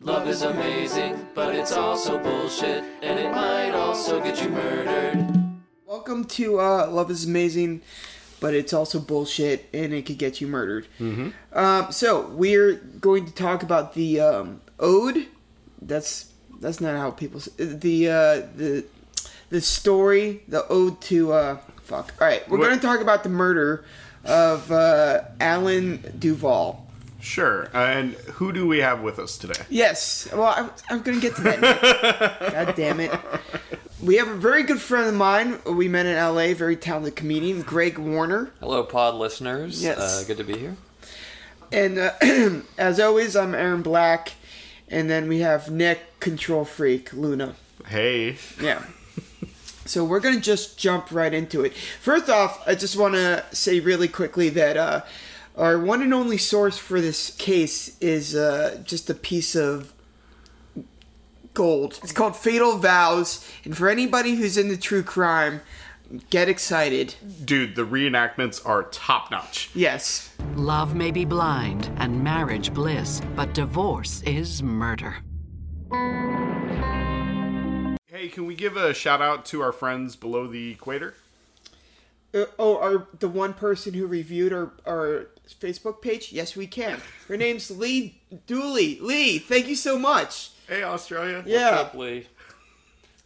Love is amazing, but it's also bullshit, and it might also get you murdered. Welcome to uh, Love is Amazing, but it's also bullshit and it could get you murdered. Mm-hmm. Um, so, we're going to talk about the um, Ode. That's that's not how people. s- The, uh, the, the story, the Ode to. Uh, fuck. Alright, we're What- going to talk about the murder of uh, Alan Duval. Sure. And who do we have with us today? Yes. Well, I'm, I'm going to get to that. next. God damn it. We have a very good friend of mine. We met in LA, very talented comedian, Greg Warner. Hello, pod listeners. Yes. Uh, good to be here. And uh, as always, I'm Aaron Black. And then we have Nick, control freak, Luna. Hey. Yeah. So we're gonna just jump right into it. First off, I just want to say really quickly that uh, our one and only source for this case is uh, just a piece of gold. It's called Fatal Vows, and for anybody who's into true crime, get excited. Dude, the reenactments are top notch. Yes. Love may be blind and marriage bliss, but divorce is murder. Hey, can we give a shout out to our friends below the equator? Uh, oh, our the one person who reviewed our our Facebook page. Yes, we can. Her name's Lee Dooley. Lee, thank you so much. Hey, Australia. Yeah. Lee.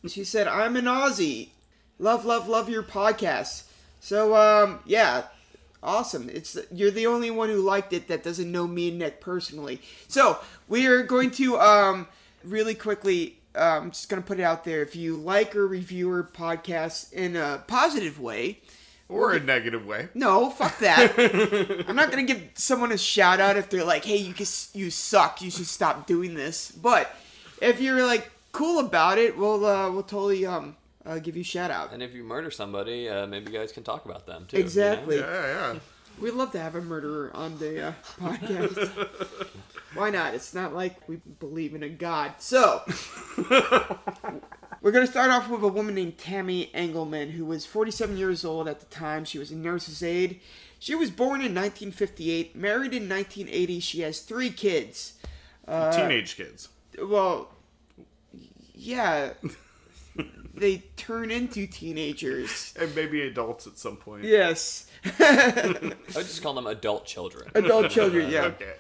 She said, "I'm an Aussie. Love, love, love your podcast." So, um, yeah, awesome. It's you're the only one who liked it that doesn't know me and Nick personally. So we are going to um, really quickly. uh, I'm just gonna put it out there. If you like or review our podcast in a positive way, Or a negative way. no, fuck that. I'm not gonna give someone a shout out if they're like, "Hey, you just, you suck. You should stop doing this." But if you're like cool about it, we'll uh, we'll totally um uh, give you a shout out. And if you murder somebody, uh, maybe you guys can talk about them too. you know? Exactly. Yeah, yeah. We'd love to have a murderer on the uh, podcast. Why not? It's not like we believe in a god. So, we're going to start off with a woman named Tammy Engelman, who was 47 years old at the time. She was a nurse's aide. She was born in 1958, married in 1980. She has three kids. Teenage kids. Well, yeah, they turn into teenagers. And maybe adults at some point. Yes, I would just call them adult children. adult children, yeah. Okay.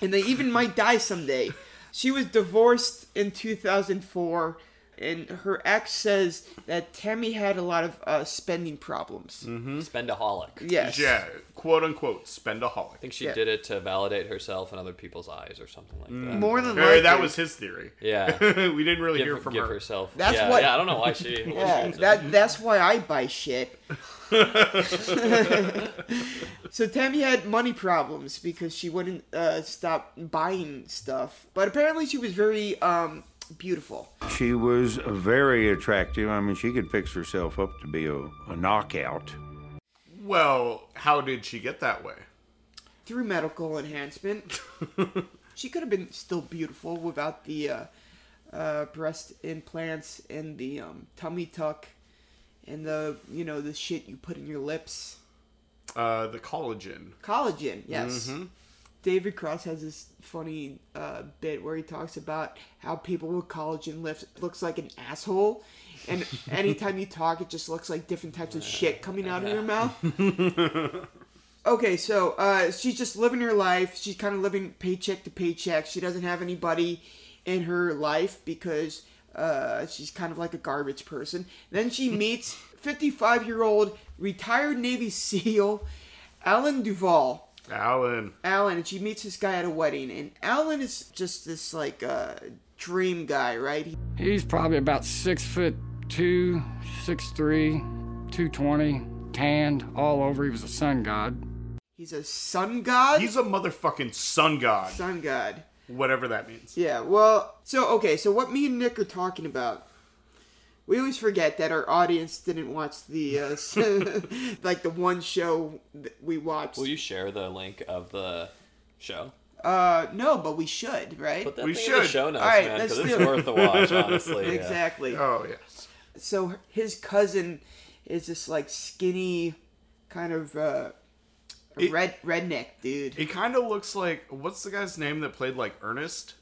and they even might die someday. She was divorced in 2004, and her ex says that Tammy had a lot of uh, spending problems. Spendaholic. I Mm-hmm. Yes. Mm-hmm. Yeah. Quote unquote, spendaholic. think she Yeah. did it to validate herself in other people's eyes or something like that. Mm. More than Hey, likely. Uh, that was his theory. Yeah. we didn't really Give, hear from give her. herself. That's yeah, what- yeah, I don't know why she. Yeah, that that's why I buy shit. so Tammy had money problems because she wouldn't uh, stop buying stuff. But apparently, she was very um, beautiful. She was very attractive. I mean, she could fix herself up to be a, a knockout. Well, how did she get that way? through medical enhancement. she could have been still beautiful without the uh, uh, breast implants and the um, tummy tuck and the you know the shit you put in your lips. Uh, the collagen. Collagen, yes. David Cross has this funny uh, bit where he talks about how people with collagen lips looks like an asshole, and anytime you talk, it just looks like different types of shit coming out of your mouth. okay, so uh, she's just living her life. She's kind of living paycheck to paycheck. She doesn't have anybody in her life because uh, she's kind of like a garbage person. Then she meets 55 year old retired Navy SEAL Alan Duvall. Alan. Alan and she meets this guy at a wedding and Alan is just this like uh dream guy, right? He, He's probably about six foot two, six three, two twenty, tanned all over. He was a sun god. he's a sun god. He's a motherfucking sun god. sun god. Whatever that means. Yeah, well, so okay, so what me and Nick are talking about we always forget that our audience didn't watch the uh, s- like the one show that we watched. Will you share the link of the show? uh no, but we should, right? Put that We thing in the should. show notes, All right, man, let's because it's do it. worth the watch, honestly. yeah. exactly. Oh, yes. so his cousin is this like skinny kind of uh It- red redneck dude. It kind of looks like what's the guy's name that played like Ernest?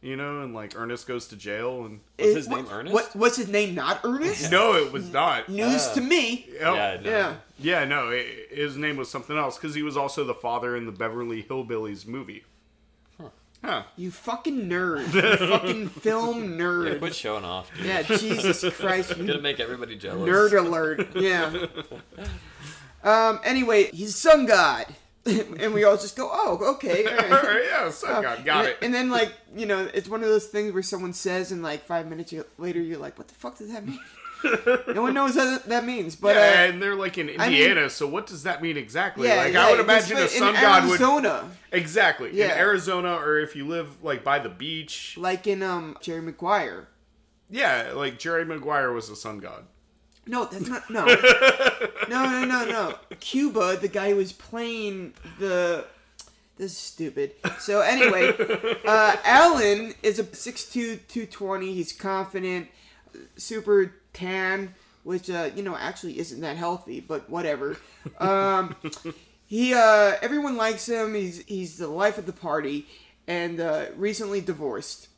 you know, and like Ernest goes to jail and It- his name what- Ernest? What, what's his name? Not Ernest? no, it was not. News to me. Oh, Yeah, no. Yeah. yeah, no, it, his name was something else because he was also the father in the Beverly Hillbillies movie. Huh. You fucking nerd. You fucking film Yeah, nerd. quit showing off, dude. Yeah, Jesus Christ. you Gonna make everybody jealous. Nerd alert. Yeah. Um, anyway, he's sun god. and we all just go, oh, okay. all right." All right, yeah, so got, got and, it. And then, like, you know, it's one of those things where someone says, and like five minutes you- later, you're like, what the fuck does that mean? no one knows what that means. But, yeah, uh, and they're like in I mean- Indiana, so what does that mean exactly? yeah, like yeah, I would this imagine way- a sun in god would Arizona, exactly Yeah. in Arizona, or if you live like by the beach. like in um Jerry Maguire. Yeah, like Jerry Maguire was a sun god. No, that's not. No. no, no, no, no. Cuba, the guy who was playing the. This is stupid. So, anyway, uh, Alan is a 6'2, 220. He's confident, super tan, which, uh, you know, actually isn't that healthy, but whatever. Um, he, uh, everyone likes him. He's, he's the life of the party and uh, recently divorced.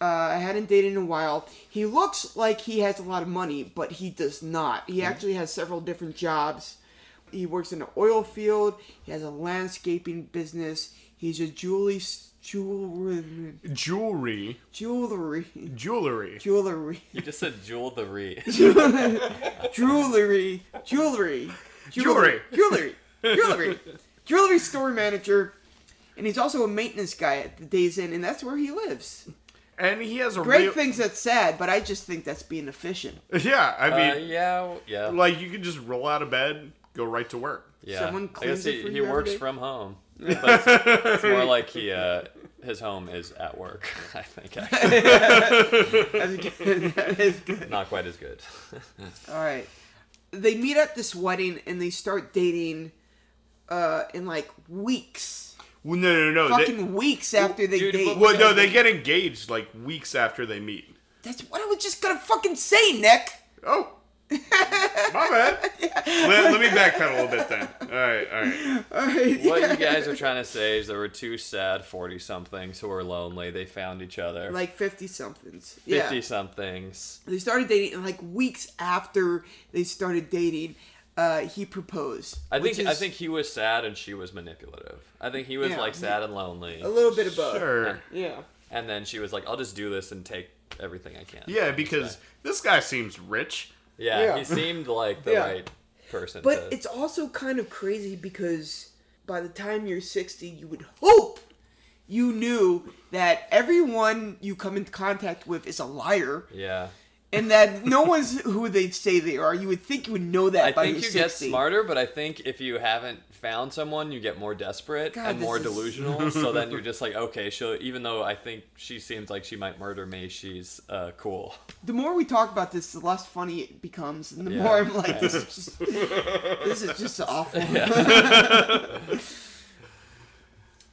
Uh, I hadn't dated in a while. He looks like he has a lot of money, but he does not. Mm-hmm. He actually has several different jobs. He works in an oil field. He has a landscaping business. He's a jewelry jewelry Jewelry, jewelry jewelry. jewelry You just said jewel the re. jewelry jewelry Jewelry. jewelry jewelry jewelry store manager, and he's also a maintenance guy at the Days Inn, and that's where he lives. And he has a Greg real, thinks that's sad, but I just think that's being efficient. Yeah, I Uh, mean, yeah, yeah, like you can just roll out of bed, go right to work. yeah. someone I cleans guess it he, for he you every works day? from home. But it's, it's more like he uh, his home is at work. I think actually, That's good. That is good. not quite as good. All right. They meet at this wedding and they start dating uh, in like weeks. Well, no, no, no. Oh, They, Fucking weeks after they dude, date. well, no, they get engaged like weeks after they meet. That's what I was just gonna fucking say, Nick. Oh, my bad. Let, let me backpedal a little bit then. All right, all right. All right. What you guys are trying to say is there were two sad forty somethings who were lonely. They found each other. Like 50 somethings. Fifty Yeah. somethings. They started dating and like weeks after they started dating, uh, he proposed. I which think I is think he was sad and she was manipulative. I think he was Yeah. like sad and lonely, a little bit of both. Sure. Yeah. and then she was like, "I'll just do this and take everything I can." Yeah, because this guy seems rich. yeah, Yeah. he seemed like the Yeah. right person. But to- it's also kind of crazy because by the time you're 60, you would hope you knew that everyone you come in contact with is a liar yeah. and that no one's who they say they are. You would think you would know that I by think you your get 60. smarter, but I think if you haven't found someone, you get more desperate God, and this more is- delusional. so then you're just like, okay, she'll, even though I think she seems like she might murder me, she's uh, cool. The more we talk about this, the less funny it becomes, and the Yeah. more I'm like, this is just, this is just awful.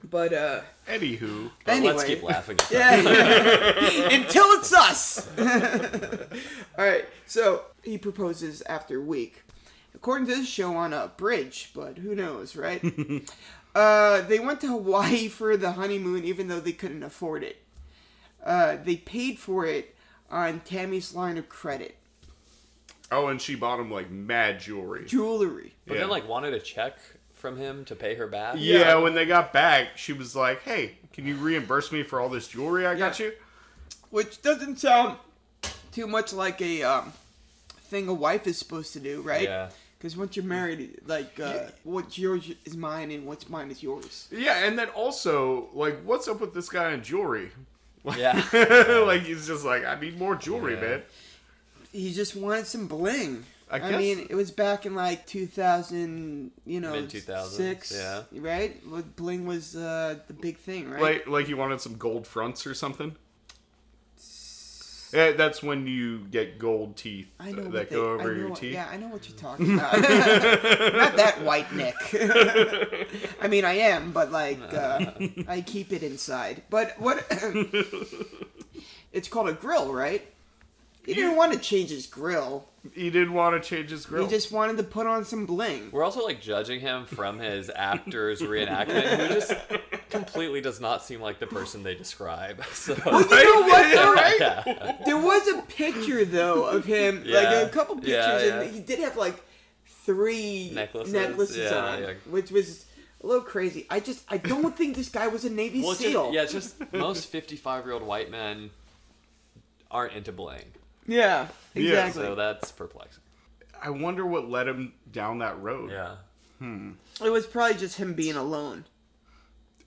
but uh, Anywho, But anyway, let's keep laughing. At that. Yeah. Until it's us. All right. So he proposes after a week. According to this show, on a bridge, but who knows, right? uh, they went to Hawaii for the honeymoon, even though they couldn't afford it. Uh, they paid for it on Tammy's line of credit, oh, and she bought him like mad jewelry. jewelry. But then, like, wanted a check from him to pay her back. Yeah, when they got back, she was like, "Hey, can you reimburse me for all this jewelry I got Yeah. you?" which doesn't sound too much like a um, thing a wife is supposed to do, right? Yeah. Because once you're married, like uh, what's yours is mine and what's mine is yours. Yeah, and then also, like, what's up with this guy in jewelry? Yeah. like, he's just like, I need more jewelry, Yeah. man. He just wanted some bling. I guess. mean, it was back in like 2000, you know, Mid-2000s, six, yeah. right? When Bling was uh, the big thing, right? Like, like he wanted some gold fronts or something. Yeah, that's when you get gold teeth I know what that they, go I over know your what- teeth. Yeah, I know what you're talking about. Not that white Nick. I mean, I am, but like, uh, I keep it inside. But what? it's called a grill, right? He didn't want to change his grill. He didn't want to change his grill. He just wanted to put on some bling. We're also, like, judging him from his actor's reenactment, who just completely does not seem like the person they describe. So You know what? though? yeah. There was a picture though of him, Yeah. like a couple pictures, Yeah, yeah. and he did have like three Necklaces. necklaces, Yeah, on, yeah. which was a little crazy. I just I don't think this guy was a Navy Well, it's just- SEAL. yeah, it's just most 55 year old white men aren't into bling. Yeah, exactly. So that's perplexing. I wonder what led him down that road. Yeah. It was probably just him being alone.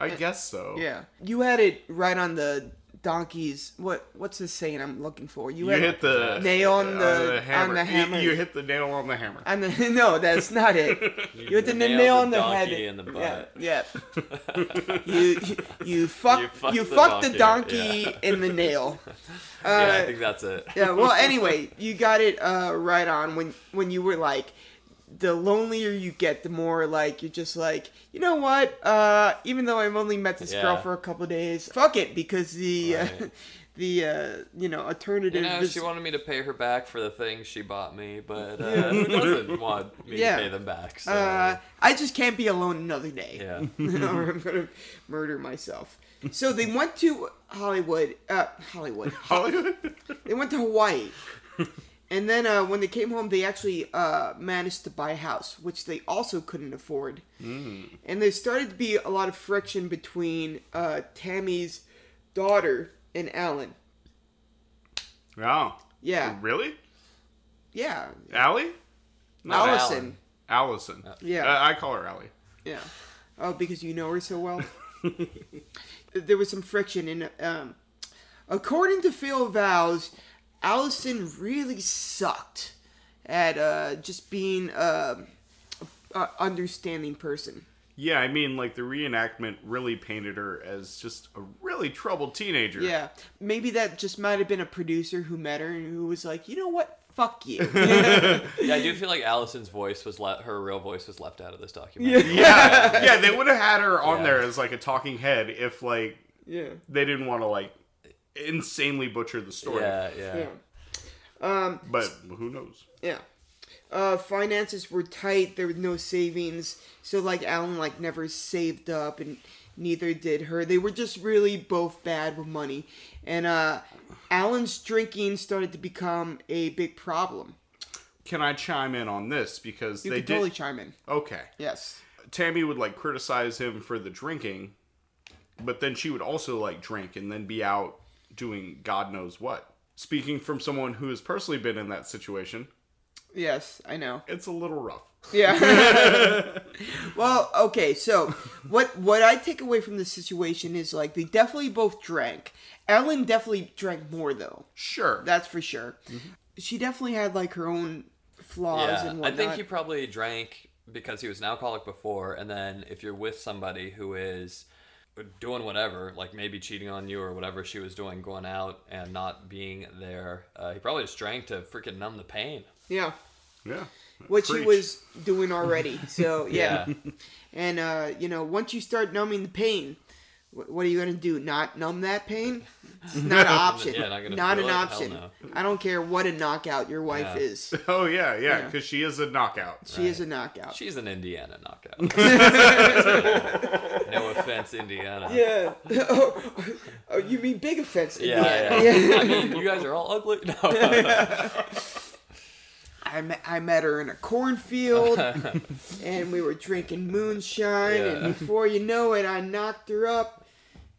I guess so. Yeah, you had it right on the donkey's. What what's the saying I'm looking for? You hit the nail on uh, the- on hammer. the You- hammer. You, hit the nail on the hammer. I'm the, no, that's not it. You hit the nailed nail the on the head. donkey in the butt. Yeah. yeah. you, you you fuck you fuck, fucked the the donkey, donkey in the nail. Uh, Yeah, yeah, I think that's it. Well, anyway, you got it uh, right on when when you were like. The lonelier you get, the more like you're just like, you know what? Uh, even though I've only met this girl Yeah. for a couple of days, fuck it because the uh, Right. the uh, you know alternative You know, is she wanted me to pay her back for the things she bought me, but uh, who doesn't want me Yeah. to pay them back? So, Uh, I just can't be alone another day. yeah. or I'm gonna murder myself. So they went to Hollywood. Uh, Hollywood. Hollywood. They went to Hawaii. And then uh, when they came home, they actually uh, managed to buy a house, which they also couldn't afford. And there started to be a lot of friction between uh, Tammy's daughter and Alan. Wow. Yeah, Oh, Really? yeah, Allie? Alan. Allison. Allison. Yeah. Uh, I call her Allie. Yeah. Oh, because you know her so well. there was some friction, and um, according to Phil Vows, Allison really sucked at uh, just being um a, a understanding person. Yeah, I mean, like the reenactment really painted her as just a really troubled teenager. Yeah, maybe that just might have been a producer who met her and who was like, you know what, fuck you. yeah, I do feel like Allison's voice was le- her real voice was left out of this documentary. Yeah, yeah, they would have had her on Yeah. there as like a talking head if like yeah. they didn't want to like insanely butcher the story. Yeah, yeah. Yeah. But who knows? Yeah. Uh, finances were tight. There was no savings. So like Alan like never saved up, and neither did her. They were just really both bad with money, and uh, Alan's drinking started to become a big problem. Can I chime in on this because You they could did? totally chime in. Okay, Yes. Tammy would like criticize him for the drinking, but then she would also like drink and then be out doing God knows what. Speaking from someone who has personally been in that situation, Yes, I know. it's a little rough. Yeah. well, okay. So, what what I take away from this situation is like they definitely both drank. Alan definitely drank more though. Sure. That's for sure. She definitely had like her own flaws Yeah, and I whatnot. think he probably drank because he was an alcoholic before, and then if you're with somebody who is doing whatever, like maybe cheating on you or whatever she was doing, going out and not being there, uh, he probably just drank to freaking numb the pain. yeah, yeah. what she Preach. was doing already. So yeah, Yeah. and uh, you know, once you start numbing the pain, wh- what are you gonna do? Not numb that pain? It's not an option. Yeah, not gonna an feel it? Hell option. no. I don't care what a knockout your wife Yeah. is. Oh yeah, yeah, because she is a knockout. She is a knockout. She's an Indiana knockout. no offense, Indiana. yeah. oh, oh, you mean big offense? Yeah, Indiana. yeah. I mean, you guys are all ugly. No. I met, I met her in a cornfield and we were drinking moonshine Yeah. and before you know it I knocked her up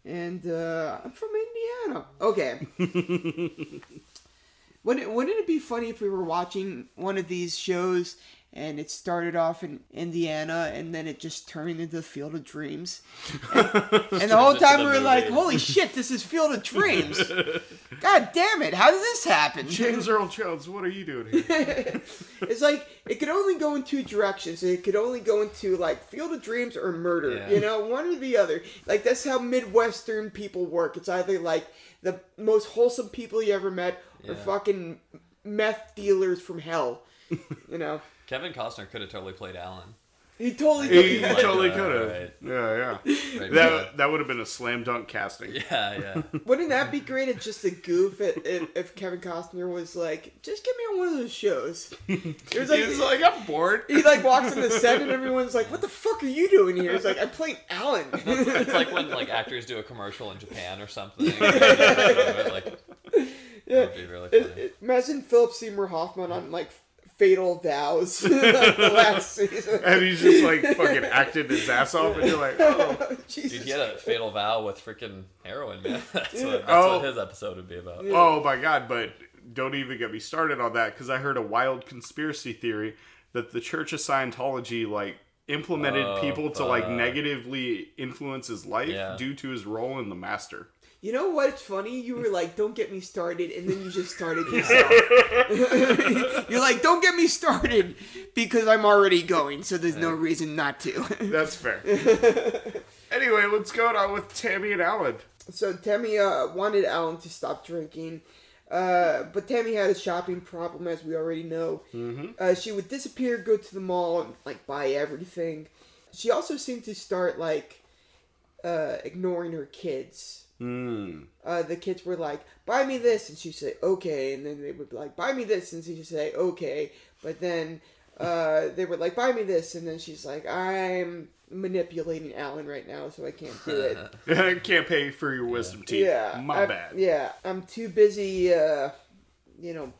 and uh, I'm from Indiana. Okay. wouldn't, it- wouldn't it be funny if we were watching one of these shows and it started off in Indiana and then it just turned into Field of Dreams? And, and the whole into time the we were like, movie. holy shit, this is Field of Dreams. God damn it, how did this happen? James Earl Jones, what are you doing here? It's like it could only go in two directions. It could only go into like Field of Dreams or murder. Yeah. You know, one or the other. Like that's how Midwestern people work. It's either like the most wholesome people you ever met or Yeah. fucking meth dealers from hell. You know. Kevin Costner could have totally played Alan. He totally He did. totally uh, could have. right. Yeah, yeah. Right, That that would have been a slam dunk casting. Yeah, yeah. Wouldn't that be great? It's just a goof if, if, if Kevin Costner was like, just get me on one of those shows. It was like, He's like, I'm bored. he like walks in the set and everyone's like, what the fuck are you doing here? He's like, I'm playing Alan. It's like when like actors do a commercial in Japan or something. like, that would be really It- funny. it- Imagine Philip Seymour Hoffman on like Fatal Vows, like the last season. And he's just like fucking acted his ass off, and you're like, oh, Dude, Jesus. he had a fatal vow with freaking heroin, man. That's, what, that's Oh. what his episode would be about. oh my god. But don't even get me started on that because I heard a wild conspiracy theory that the Church of Scientology like implemented Oh, people to like fuck. negatively influence his life Yeah. due to his role in The Master. You know what's funny? You were like, "Don't get me started," and then you just started yourself. You're like, "Don't get me started," because I'm already going, so there's no reason not to. That's fair. anyway, let's go on with Tammy and Alan. so Tammy uh, wanted Alan to stop drinking, uh, but Tammy had a shopping problem, as we already know. Uh, she would disappear, go to the mall, and like buy everything. She also seemed to start like uh, ignoring her kids. Uh, the kids were like, "Buy me this," and she'd say, "Okay," and then they would be like, "Buy me this," and she'd say, "Okay," but then uh, they were like, "Buy me this," and then she's like, "I'm manipulating Alan right now, so I can't do it." Can't pay for your wisdom teeth. Yeah, my I- bad. Yeah, I'm too busy, uh, you know,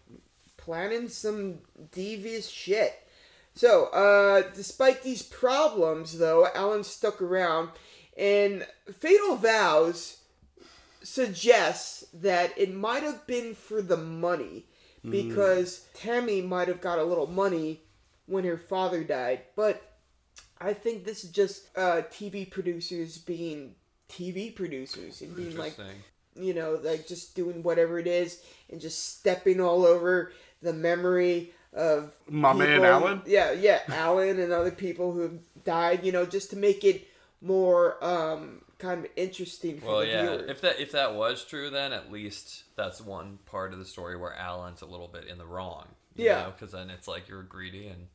planning some devious shit. So, uh, despite these problems, though, Alan stuck around, and Fatal Vows suggests that it might have been for the money Hmm. because Tammy might have got a little money when her father died, but I think this is just uh, TV producers being TV producers and being like, Interesting. you know, like just doing whatever it is and just stepping all over the memory of My man people- Alan? Yeah, yeah, Alan and other people who have died. You know, just to make it more um, kind of interesting for Well, the yeah. viewer. If that if that was true, then at least that's one part of the story where Alan's a little bit in the wrong. Yeah. Because then it's like you're greedy and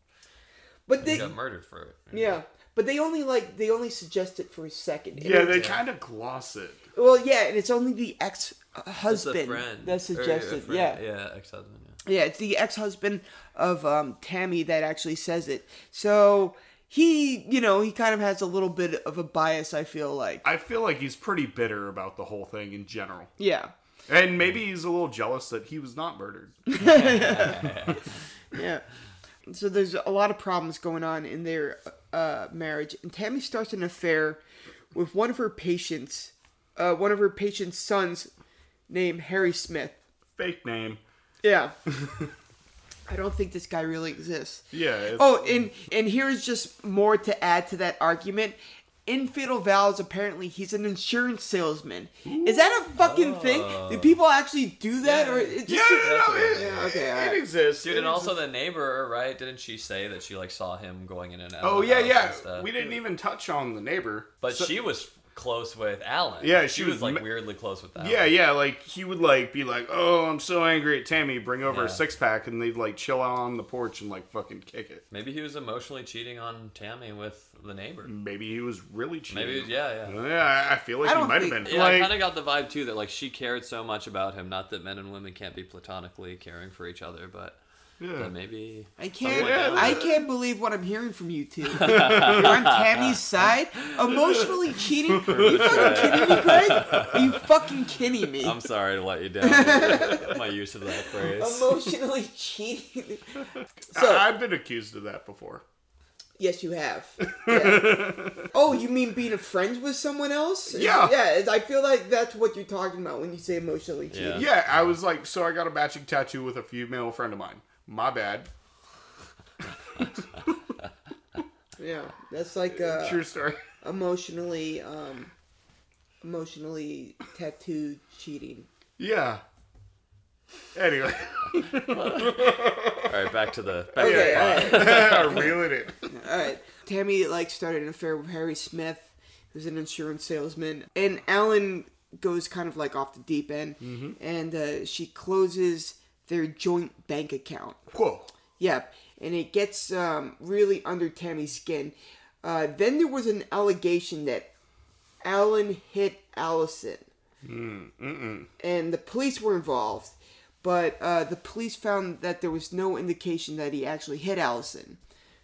but you they, got murdered for it. yeah, but they only like they only suggest it for a second. It Yeah, only- they kind of gloss it. well, yeah, and it's only the It's a ex-husband friend that or a suggested. friend- Yeah, Yeah. Ex-husband. Yeah. Yeah, it's the ex-husband of um, Tammy that actually says it. So he, you know, he kind of has a little bit of a bias. I feel like, I feel like he's pretty bitter about the whole thing in general. yeah, And maybe he's a little jealous that he was not murdered. yeah. So there's a lot of problems going on in their uh, marriage, and Tammy starts an affair with one of her patients, uh, one of her patient's sons, named Harry Smith. Fake name. Yeah. I don't think this guy really exists. Yeah. It's, Oh, and and here's just more to add to that argument. In Fatal Vows, apparently he's an insurance salesman. Is that a fucking thing? Do people actually do that, or it yeah, just? no, no, no, it, Yeah, okay, it alright. exists. Dude, It and exists. also the neighbor, right? Didn't she say that she like saw him going in and out? Oh of yeah, the house and yeah. stuff? We didn't even touch on the neighbor. But So- she was close with Alan. Yeah, she, she was, was like ma- weirdly close with Alan. Yeah, yeah. Like he would like be like, "Oh, I'm so angry at Tammy. Bring over Yeah. a six pack," and they'd like chill out on the porch and like fucking kick it. Maybe he was emotionally cheating on Tammy with the neighbor. Maybe he was really cheating. Maybe yeah, yeah. Mm. Yeah, I- I feel like I he don't might have think- been. Yeah, I like, kind of got the vibe too that like she cared so much about him. Not that men and women can't be platonically caring for each other, but that maybe I can't. Something like that. I can't believe what I'm hearing from you two. You're on Tammy's side, emotionally cheating. Are you fucking kidding me, Greg? Are you fucking kidding me? I'm sorry to let you down. with my use of that phrase. Emotionally cheating. So I- I've been accused of that before. Yes, you have. Yeah. oh, you mean being a friend with someone else? Yeah. Yeah, I feel like that's what you're talking about when you say emotionally Yeah. cheating. Yeah, I was like, so I got a matching tattoo with a female friend of mine. My bad. Yeah. That's like uh, True story. emotionally um emotionally tattooed cheating. Yeah. Anyway, All right, back to the back to Okay, the all plot. right. I reeled it. in. All right. Tammy like started an affair with Harry Smith, who's an insurance salesman, and Alan goes kind of like off the deep end, and uh, she closes their joint bank account. Whoa. Yep, and it gets um, really under Tammy's skin. Uh, then there was an allegation that Alan hit Allison, and the police were involved. But uh, the police found that there was no indication that he actually hit Allison,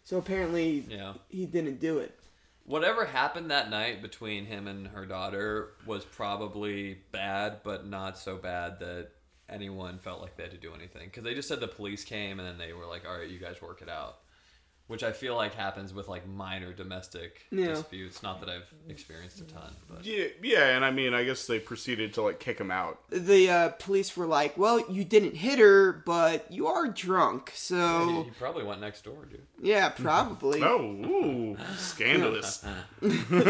so apparently Yeah. he didn't do it. Whatever happened that night between him and her daughter was probably bad, but not so bad that anyone felt like they had to do anything. Because they just said the police came and then they were like, all right, you guys work it out. Which I feel like happens with like minor domestic Yeah. disputes. Not that I've experienced a ton, but Yeah, yeah, and I mean, I guess they proceeded to like kick him out. The uh, police were like, "Well, you didn't hit her, but you are drunk, he, so he probably went next door, dude. yeah, probably." Oh, ooh, scandalous. to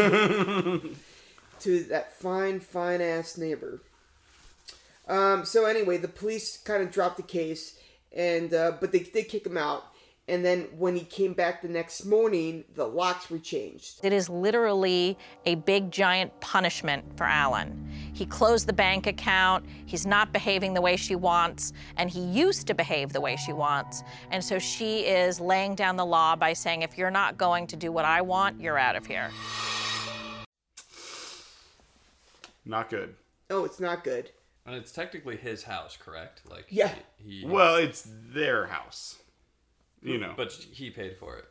that fine, fine ass neighbor. Um, so anyway, the police kind of dropped the case, and uh, but they did kick him out. And then when he came back the next morning, the locks were changed. It is literally a big giant punishment for Alan. He closed the bank account, he's not behaving the way she wants, and he used to behave the way she wants. And so she is laying down the law by saying, if you're not going to do what I want, you're out of here. Not good. Oh, it's not good. And it's technically his house, correct? Like, Yeah. He, he- Well, it's their house. You know. but he paid for it.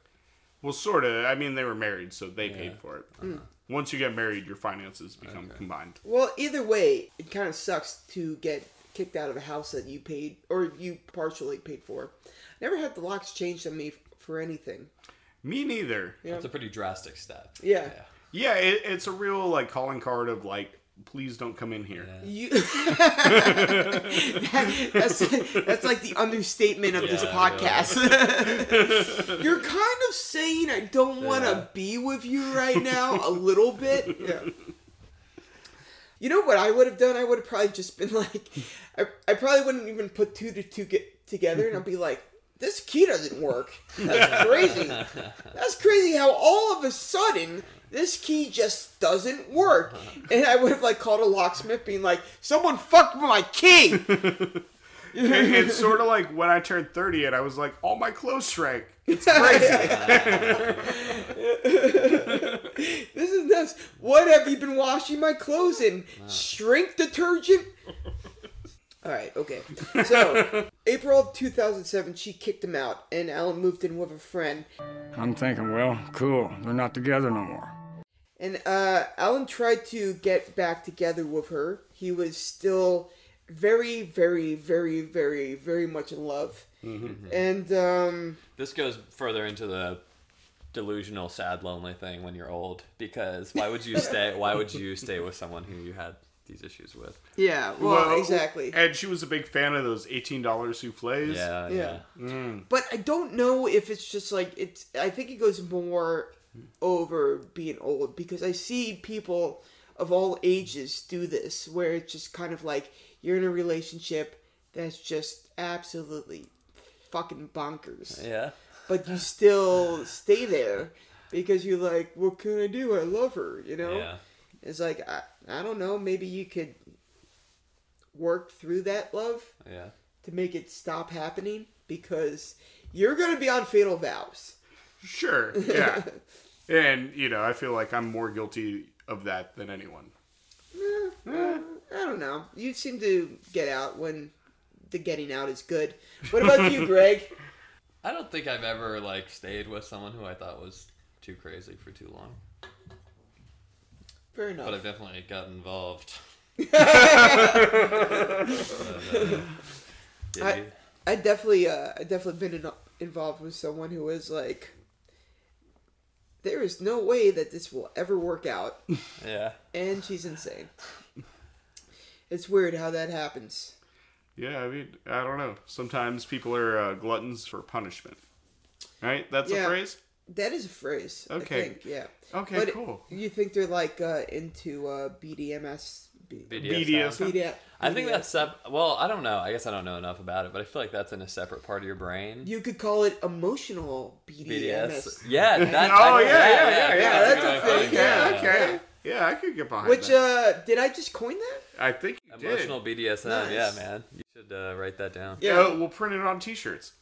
Well, sort of. I mean, they were married, so they paid for it. Uh-huh. Once you get married, your finances become combined. Well, either way, it kind of sucks to get kicked out of a house that you paid or you partially paid for. Never had the locks changed on me f- for anything. Me neither. Yeah, It's a pretty drastic step. Yeah. it, it's a real like calling card of like, please don't come in here. You, that's, that's like the understatement of this Yeah, podcast. You're kind of saying I don't want to Yeah. be with you right now, a little bit. Yeah. You know what I would have done? I would have probably just been like, I, I probably wouldn't even put two to two get together, and I'd be like, this key doesn't work. That's crazy. That's crazy how all of a sudden this key just doesn't work. And I would have like called a locksmith, being like, someone fucked with my key. It- it's sort of like when I turned thirty, and I was like, all my clothes shrank. It's crazy. This is nuts. What have you been washing my clothes in? Shrink detergent? All right, okay. So, April of 2007, she kicked him out, and Alan moved in with a friend. I'm thinking, well, cool. They're not together no more. And uh, Alan tried to get back together with her. He was still very, very, very, very, very much in love. And um, This goes further into the delusional, sad, lonely thing when you're old. Because why would you stay? Why would you stay with someone who you had these issues with? yeah, well, Well, exactly. And she was a big fan of those eighteen dollars souffles. Yeah, Oh, yeah. Yeah. But I don't know if it's just like it's. I think it goes more over being old because I see people of all ages do this, where it's just kind of like you're in a relationship that's just absolutely fucking bonkers, Yeah. but you still stay there because you're like, what can I do? I love her, you know. Yeah. It's like I, I don't know. Maybe you could work through that love Yeah. to make it stop happening because you're going to be on fatal vows. Sure. Yeah. and you know, I feel like I'm more guilty of that than anyone. Uh, I don't know. You seem to get out when the getting out is good. What about you, Greg? I don't think I've ever like stayed with someone who I thought was too crazy for too long. Fair But enough. I've definitely got involved. But, uh, yeah, I- I definitely, uh, I definitely been in- involved with someone who was like, there is no way that this will ever work out, yeah. and she's insane. It's weird how that happens. Yeah, I mean, I don't know. Sometimes people are uh, gluttons for punishment. Right? That's Yeah. a phrase? That is a phrase. Okay. I think, yeah. Okay, But cool. You think they're like uh, into uh, BDMS? B- BDSM. BD- I think that's sep- well. I don't know. I guess I don't know enough about it, but I feel like that's in a separate part of your brain. You could call it emotional BDS. BDMS. Yeah. That, Oh, I- yeah, yeah, yeah, yeah, I think that's what a I'm thing, thinking. yeah. Okay. Yeah, I could get behind Which that. uh did I just coin that? I think you did. Emotional BDSM. Yeah, Nice. man. You should uh, write that down. Oh, Yeah, we'll print it on t-shirts.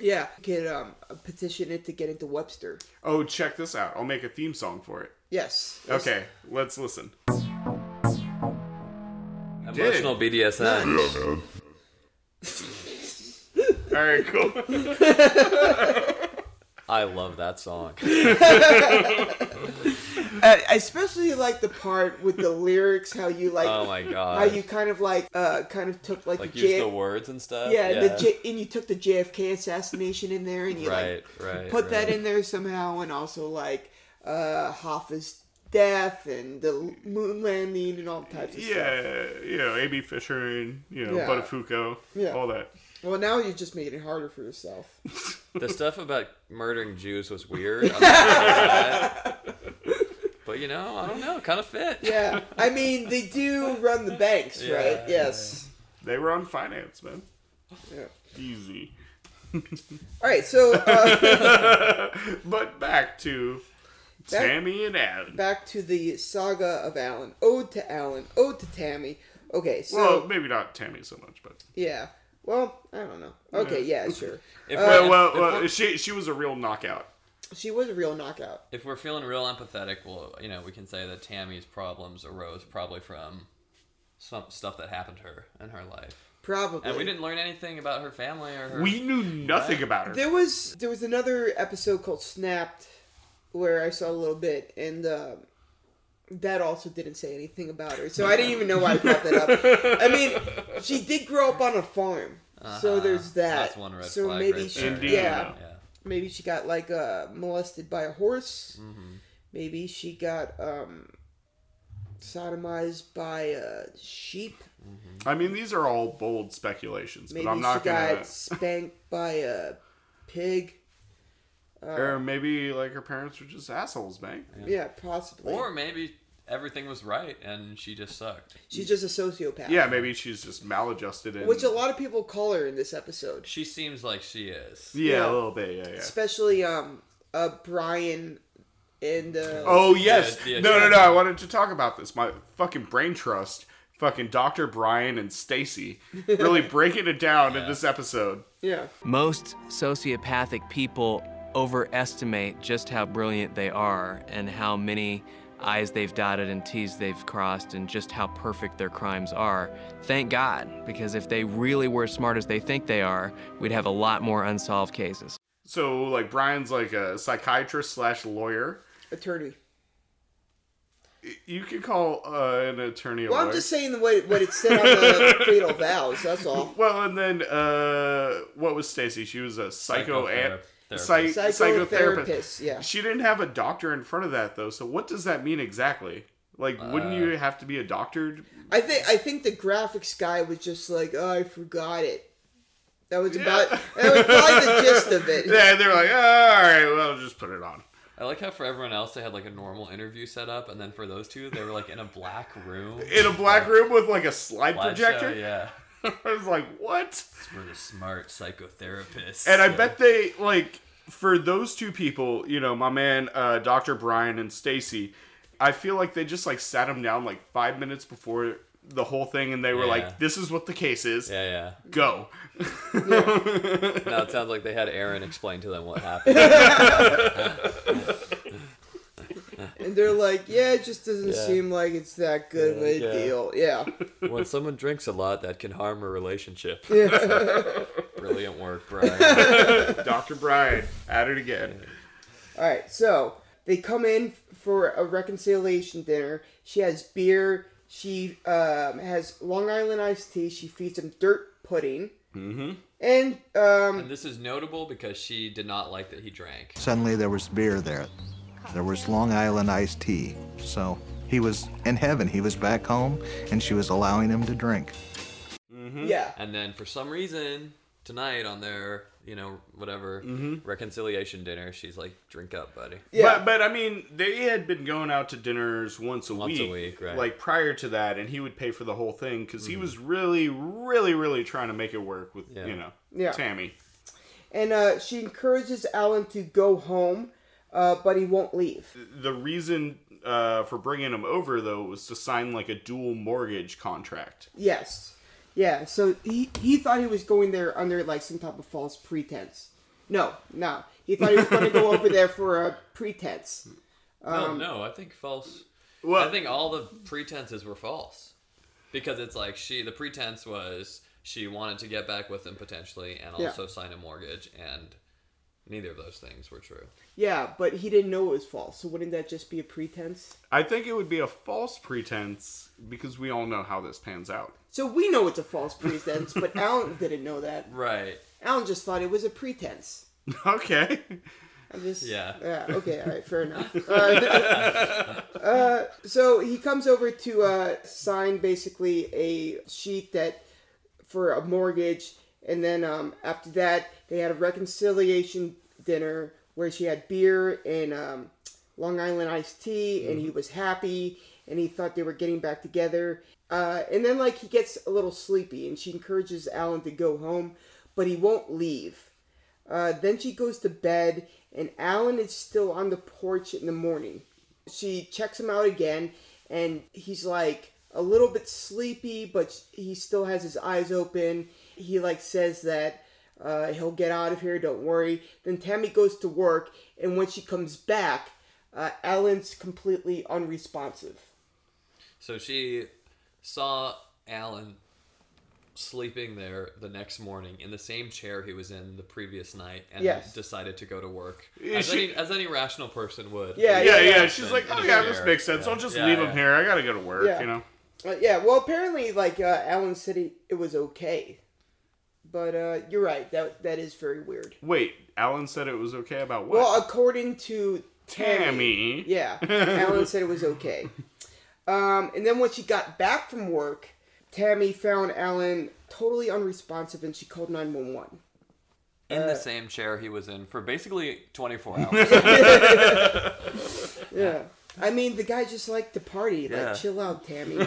Yeah, could um, petition it to get into Webster. Oh, check this out. I'll make a theme song for it. Yes. Let's- Okay, let's listen. Emotional BDSM. All right, cool. I love that song. I I Uh, especially like the part with the lyrics, how you like, Oh my how god. you kind of like, uh, kind of took like, like the use J- the words and stuff. yeah, The J- and you took the JFK assassination in there, and you right, like right. put that right. in there somehow, and also like uh, Hoffa's death and the moon landing and all types of stuff. yeah, you know, A.B. Fisher and, you know, Yeah. Buttafuoco, Yeah. all that. Well, now you're just making it harder for yourself. The stuff about murdering Jews was weird. I'm not gonna lie. but you know, I don't know. Kind of fit. Yeah, I mean they do run the banks, right? Yes. They were on finance, man. Yeah. Easy. All right, so uh, But back to Tammy and Adam. back to the saga of Alan. Ode to Alan. Ode to Tammy. Okay, so well, maybe not Tammy so much, but yeah. Well, I don't know. Okay, yeah, sure. Uh, If well, we're, well, if, well, we're, she she was a real knockout. She was a real knockout. if we're feeling real empathetic, well, you know, we can say that Tammy's problems arose probably from some stuff that happened to her in her life, Probably. and we didn't learn anything about her family or her. We knew nothing about her. There was there was another episode called Snapped where I saw a little bit and um that also didn't say anything about her. So I didn't even know why I brought that up. I mean, she did grow up on a farm. So there's that. Uh-huh. That's one red so flag maybe right she, there. Indeed. yeah, yeah. maybe she got like uh, molested by a horse. Mm-hmm. Maybe she got um, sodomized by a sheep. I mean, these are all bold speculations, Maybe but I'm not she got gonna. spanked by a pig. Or maybe like her parents were just assholes, man. uh, Yeah, possibly. Or maybe everything was right and she just sucked. She's just a sociopath. Yeah, maybe she's just maladjusted and Which a lot of people call her in this episode. She seems like she is. yeah, yeah. a little bit, yeah, yeah. Especially um uh Brian and uh Oh yes, Yeah, yeah, no, no, yeah. no. I wanted to talk about this. My fucking brain trust, fucking Doctor Brian and Stacy, really breaking it down in this episode. yeah. Most sociopathic people overestimate just how brilliant they are and how many I's they've dotted and T's they've crossed and just how perfect their crimes are. Thank God, because if they really were as smart as they think they are, we'd have a lot more unsolved cases. So like Brian's like a psychiatrist slash lawyer. Attorney. You could call uh, an attorney a Well, I'm lawyer. just saying the way what it said on the fatal vows, that's all. Well, and then uh, what was Stacy? She was a psycho Psychothera- and psych- psychotherapist. Psychotherapist, yeah. She didn't have a doctor in front of that though. So what does that mean exactly? Like, wouldn't Uh, you have to be a doctor? I think I think the graphics guy was just like, Oh, I forgot it. That was about that was probably the gist of it. Yeah, they're like, oh, all right, well, just put it on. I like how for everyone else they had like a normal interview set up, and then for those two they were like in a black room. In a black room with like a slide Slideshow, projector. yeah. I was like, what? We're the smart psychotherapists. And I Yeah. bet they like for those two people, you know, my man uh, Dr. Brian and Stacy, I feel like they just like sat him down like 5 minutes before the whole thing and they were Yeah. like this is what the case is. Yeah, Go. yeah. No, it sounds like they had Aaron explain to them what happened. And they're like, Yeah, it just doesn't Yeah. seem like it's that good of a Yeah. deal. Yeah. when someone drinks a lot, that can harm a relationship. Yeah. Brilliant work, Brian. Dr. Brian at it again. All right, so they come in for a reconciliation dinner. She has beer. She um, has Long Island iced tea. She feeds him dirt pudding. Mm-hmm. And um, And this is notable because she did not like that he drank. Suddenly there was beer there. There was Long Island iced tea. So he was in heaven. He was back home and she was allowing him to drink. Mm-hmm. yeah, And then for some reason tonight on their you know whatever reconciliation dinner, she's like, "Drink up, buddy." yeah, But but I mean, they had been going out to dinners once a Once a week, week, right. Mm-hmm. like prior to that, and he would pay for the whole thing because he was really, really, really trying to make it work with you know Yeah. Tammy. and uh, she encourages Alan to go home, uh, but he won't leave. The reason uh, for bringing him over though was to sign like a dual mortgage contract. Yes, yeah. So he he thought he was going there under like some type of false pretense. No, no. He thought he was going to go over there for a pretense. Um, no, no, I think false. Well- I think all the pretenses were false because it's like she. The pretense was she wanted to get back with him potentially, and Yeah. also sign a mortgage, and neither of those things were true. Yeah, but he didn't know it was false. So wouldn't that just be a pretense? I think it would be a false pretense because we all know how this pans out. So we know it's a false pretense, but Alan didn't know that. Right. Alan just thought it was a pretense. Okay. I'm just Yeah. Yeah. Okay. All right. Fair enough. Uh, uh, so he comes over to uh, sign basically a sheet that for a mortgage, and then um, after that they had a reconciliation dinner where she had beer and um, Long Island iced tea, and he was happy, and he thought they were getting back together. Uh, and then like he gets a little sleepy, and she encourages Alan to go home, but he won't leave. Uh, then she goes to bed, and Alan is still on the porch in the morning. She checks him out again, and he's like a little bit sleepy, but he still has his eyes open. He like says that uh, he'll get out of here, don't worry. Then Tammy goes to work, and when she comes back, uh, Alan's completely unresponsive. So she saw Alan sleeping there the next morning in the same chair he was in the previous night and Yes. decided to go to work. Yeah, As, she- any, as any rational person would. Yeah, Yeah, yeah. yeah. She's In- like, in oh a chair. yeah, this makes sense. Yeah. I'll just Yeah, leave yeah. him here. I gotta go to work. Yeah. You know. Uh, yeah, well, apparently, like uh, Alan said, he, it was okay, but uh, you're right. That that is very weird. Wait, Alan said it was okay about what? Well, uh, according to Tammy. yeah, Alan said it was okay. Um, and then when she got back from work, Tammy found Alan totally unresponsive, and she called nine one one. in Uh. the same chair he was in for basically 24 hours. Yeah, I mean the guy just liked to party. Like, Yeah. chill out, Tammy.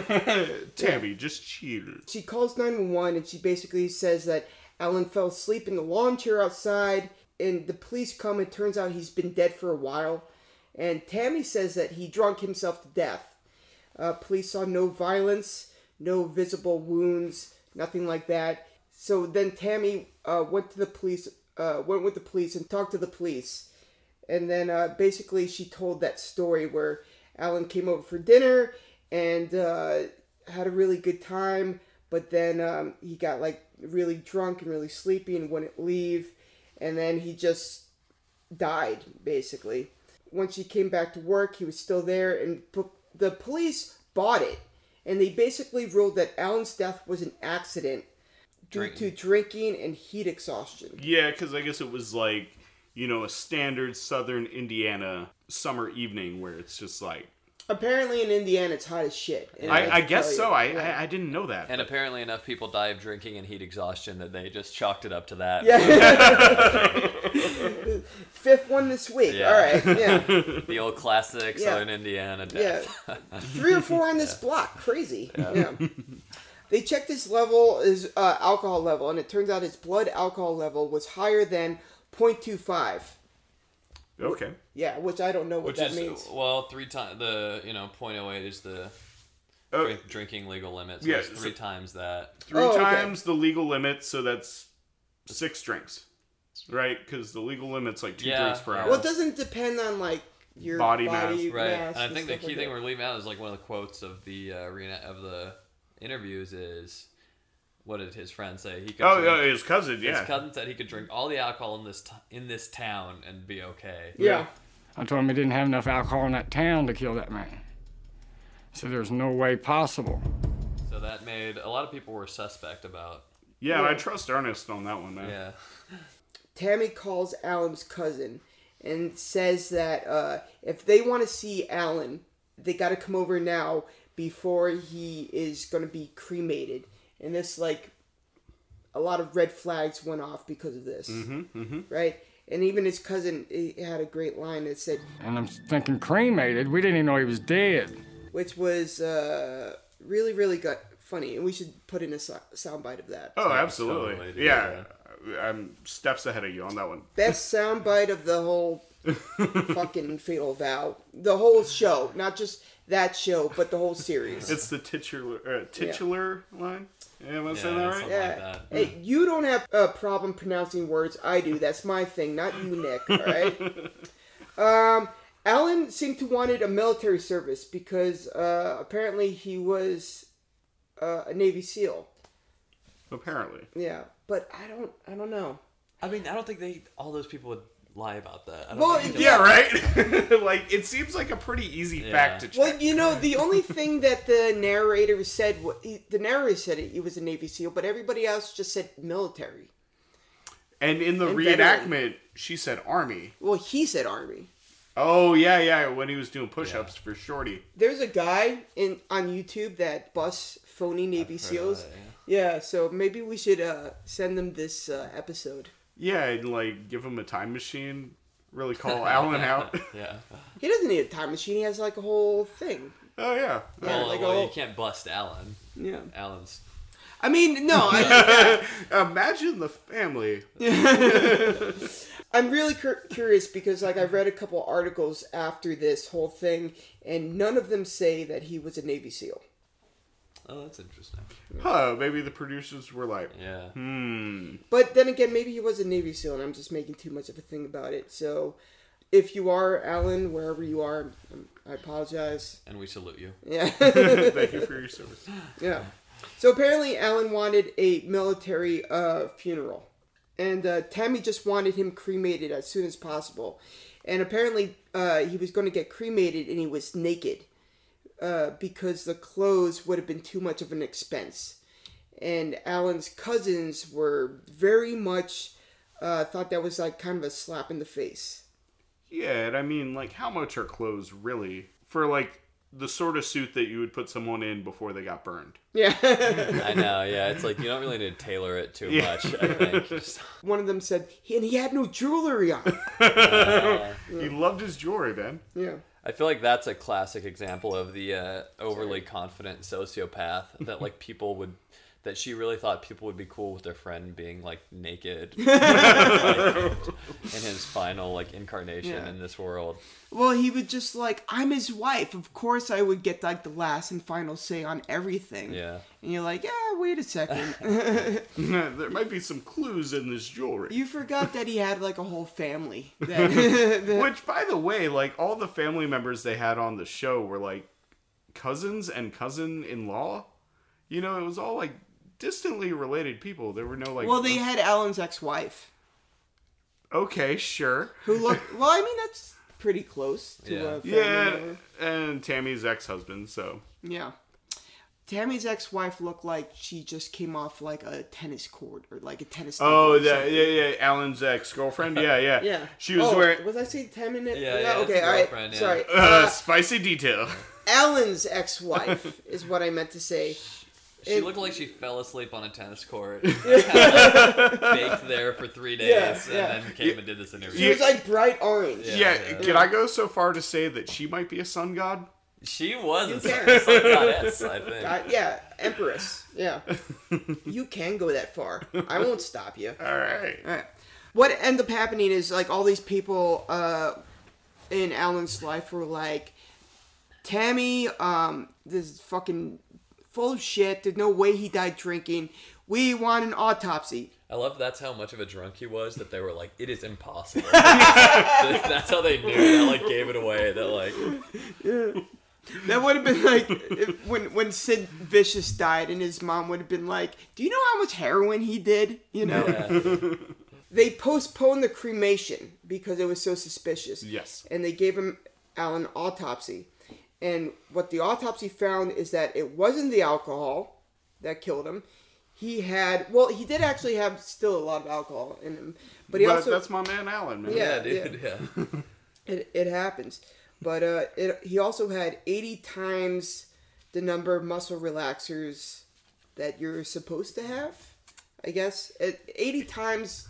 Tammy, just chill. she calls 911 and she basically says that Alan fell asleep in the lawn chair outside and the police come and turns out he's been dead for a while and Tammy says that he drunk himself to death. Uh, police saw no violence, no visible wounds, nothing like that. So then Tammy uh, went to the police, uh, went with the police and talked to the police and then uh, basically she told that story where Alan came over for dinner and uh, had a really good time, but then um, he got like really drunk and really sleepy and wouldn't leave, and then he just died basically. When she came back to work, he was still there, and p- the police bought it, and they basically ruled that Alan's death was an accident due to drinking and heat exhaustion. Yeah, because I guess it was like you know a standard Southern Indiana summer evening where it's just like Apparently in Indiana, it's hot as shit. and I, I can guess tell so. you. I, I I didn't know that. and apparently enough people die of drinking and heat exhaustion that they just chalked it up to that. Yeah. Fifth one this week. Yeah. All right. Yeah. The old classic Yeah. Southern Indiana Yeah. death. Three or four on this block. Crazy. Yeah. They checked his level, his uh, alcohol level, and it turns out his blood alcohol level was higher than 0.25. okay. Yeah, which I don't know what Which that is uh, means. well, three times the you know .08 is the Oh, drink- drinking legal limit. So Yeah, it's so- three times that. three Oh, okay. times the legal limit, so that's six drinks, right? Because the legal limit's like two Yeah. drinks per hour. Well, it doesn't depend on like your Body body, mass. Right. mass and I think the stuff key like thing that. we're leaving out is like one of the quotes of the uh, arena of the interviews is what did his friend say? He could oh, drink- yeah, his cousin. Yeah. His cousin said he could drink all the alcohol in this t- in this town and be okay. Yeah. I told him he didn't have enough alcohol in that town to kill that man. So there's no way possible. So that made a lot of people were suspect about. yeah, and I trust Ernest on that one, man. Yeah, Tammy calls Alan's cousin and says that uh, if they want to see Alan, they got to come over now before he is going to be cremated. And this, like, a lot of red flags went off because of this. Mm-hmm, Right? And even his cousin he had a great line that said, And I'm thinking cremated. We didn't even know he was dead. which was uh, really, really gut funny. And we should put in a so- soundbite of that. Oh, absolutely. totally, yeah. I'm steps ahead of you on that one. best soundbite of the whole fucking fatal vow the whole show not just that show, but the whole series. It's the titular uh, titular line. Am I saying Yeah, that right? yeah. Hey, you don't have a problem pronouncing words. I do. That's my thing, not you, Nick. All right. um, Alan seemed to wanted a military service because uh, apparently he was uh, a Navy SEAL. Apparently. Yeah, but I don't. I don't know. I mean, I don't think they all those people would lie about that. I don't Well, think they Yeah, would. right. like it seems like a pretty easy fact to check. Well, you know, the only thing that the narrator said, wa- he, the narrator said he was a Navy SEAL, but everybody else just said military. And in the And reenactment, veteran. she said army. Well, he said army. Oh yeah, yeah. When he was doing push-ups for Shorty. There's a guy in on YouTube that busts phony Navy SEALs. yeah. so maybe we should uh, send them this uh, episode. Yeah, and like give him a time machine. Really call Alan out. yeah. He doesn't need a time machine. He has like a whole thing. Oh yeah. Well, like oh. a well, whole- you can't bust Alan. Yeah. Alan's. I mean, no, I, Imagine the family. I'm really cur- curious because like I've read a couple articles after this whole thing, and none of them say that he was a Navy SEAL. Oh, that's interesting. Huh? Maybe the producers were like, Yeah. hmm. But then again, maybe he was a Navy SEAL, and I'm just making too much of a thing about it. So, if you are Alan, wherever you are, um, I apologize. And we salute you. Yeah. Thank you for your service. Yeah. So apparently, Alan wanted a military uh, funeral, and uh, Tammy just wanted him cremated as soon as possible. And apparently, uh, he was going to get cremated, and he was naked uh, because the clothes would have been too much of an expense. And Alan's cousins were very much uh, thought that was like kind of a slap in the face. Yeah, and I mean, like, how much are clothes really for like the sort of suit that you would put someone in before they got burned? Yeah. I know. Yeah, it's like you don't really need to tailor it too Yeah. much. I think. Just, One of them said, and he had no jewelry on. He loved his jewelry, man. Yeah. I feel like that's a classic example of the uh, overly confident sociopath that like people would that she really thought people would be cool with their friend being like naked like, in his final like incarnation Yeah. in this world. Well, he was just like, I'm his wife. Of course, I would get like the last and final say on everything. Yeah. And you're like, yeah, wait a second. there might be some clues in this jewelry. you forgot that he had like a whole family. That, that- Which, by the way, like all the family members they had on the show were like cousins and cousin in law. You know, it was all like distantly related people. There were no like. "Oh, well, they uh, had Alan's ex-wife, Okay, sure. who looked. Well, I mean, that's pretty close to Yeah. a family Yeah, member. and Tammy's ex husband, so. Yeah. Tammy's ex-wife looked like she just came off like a tennis court or like a tennis. Oh, table or yeah, something. yeah, yeah. Alan's ex girlfriend? Yeah, yeah. Yeah. She was Oh, wearing. Was I saying Tammy? Oh, Yeah, yeah, okay. it's All right. girlfriend, yeah. Sorry. Uh, spicy detail. Alan's ex-wife is what I meant to say. She It- looked like she fell asleep on a tennis court, baked there for three days, yeah. and then came and did this interview. She was like bright orange. Yeah, yeah. can I go so far to say that she might be a sun god? She was a You sun- sun goddess, I think. Uh, yeah, empress. Yeah. you can go that far. I won't stop you. All right. What ended up happening is like all these people uh, in Alan's life were like, Tammy, um, this is fucking full of shit. There's no way he died drinking. We want an autopsy. I love that's how much of a drunk he was that they were like, it is impossible. that's how they knew. That like gave it away. That like, That would have been like if, when when Sid Vicious died, and his mom would have been like, "Do you know how much heroin he did?" You know. yeah. They postponed the cremation because it was so suspicious. Yes. And they gave him Alan autopsy, and what the autopsy found is that it wasn't the alcohol that killed him. He had well, he did actually have still a lot of alcohol in him, but he But also that's my man, Alan, man. Yeah. yeah, dude, yeah. it, it happens. But uh, it, he also had 80 times the number of muscle relaxers that you're supposed to have, I guess. At 80 times,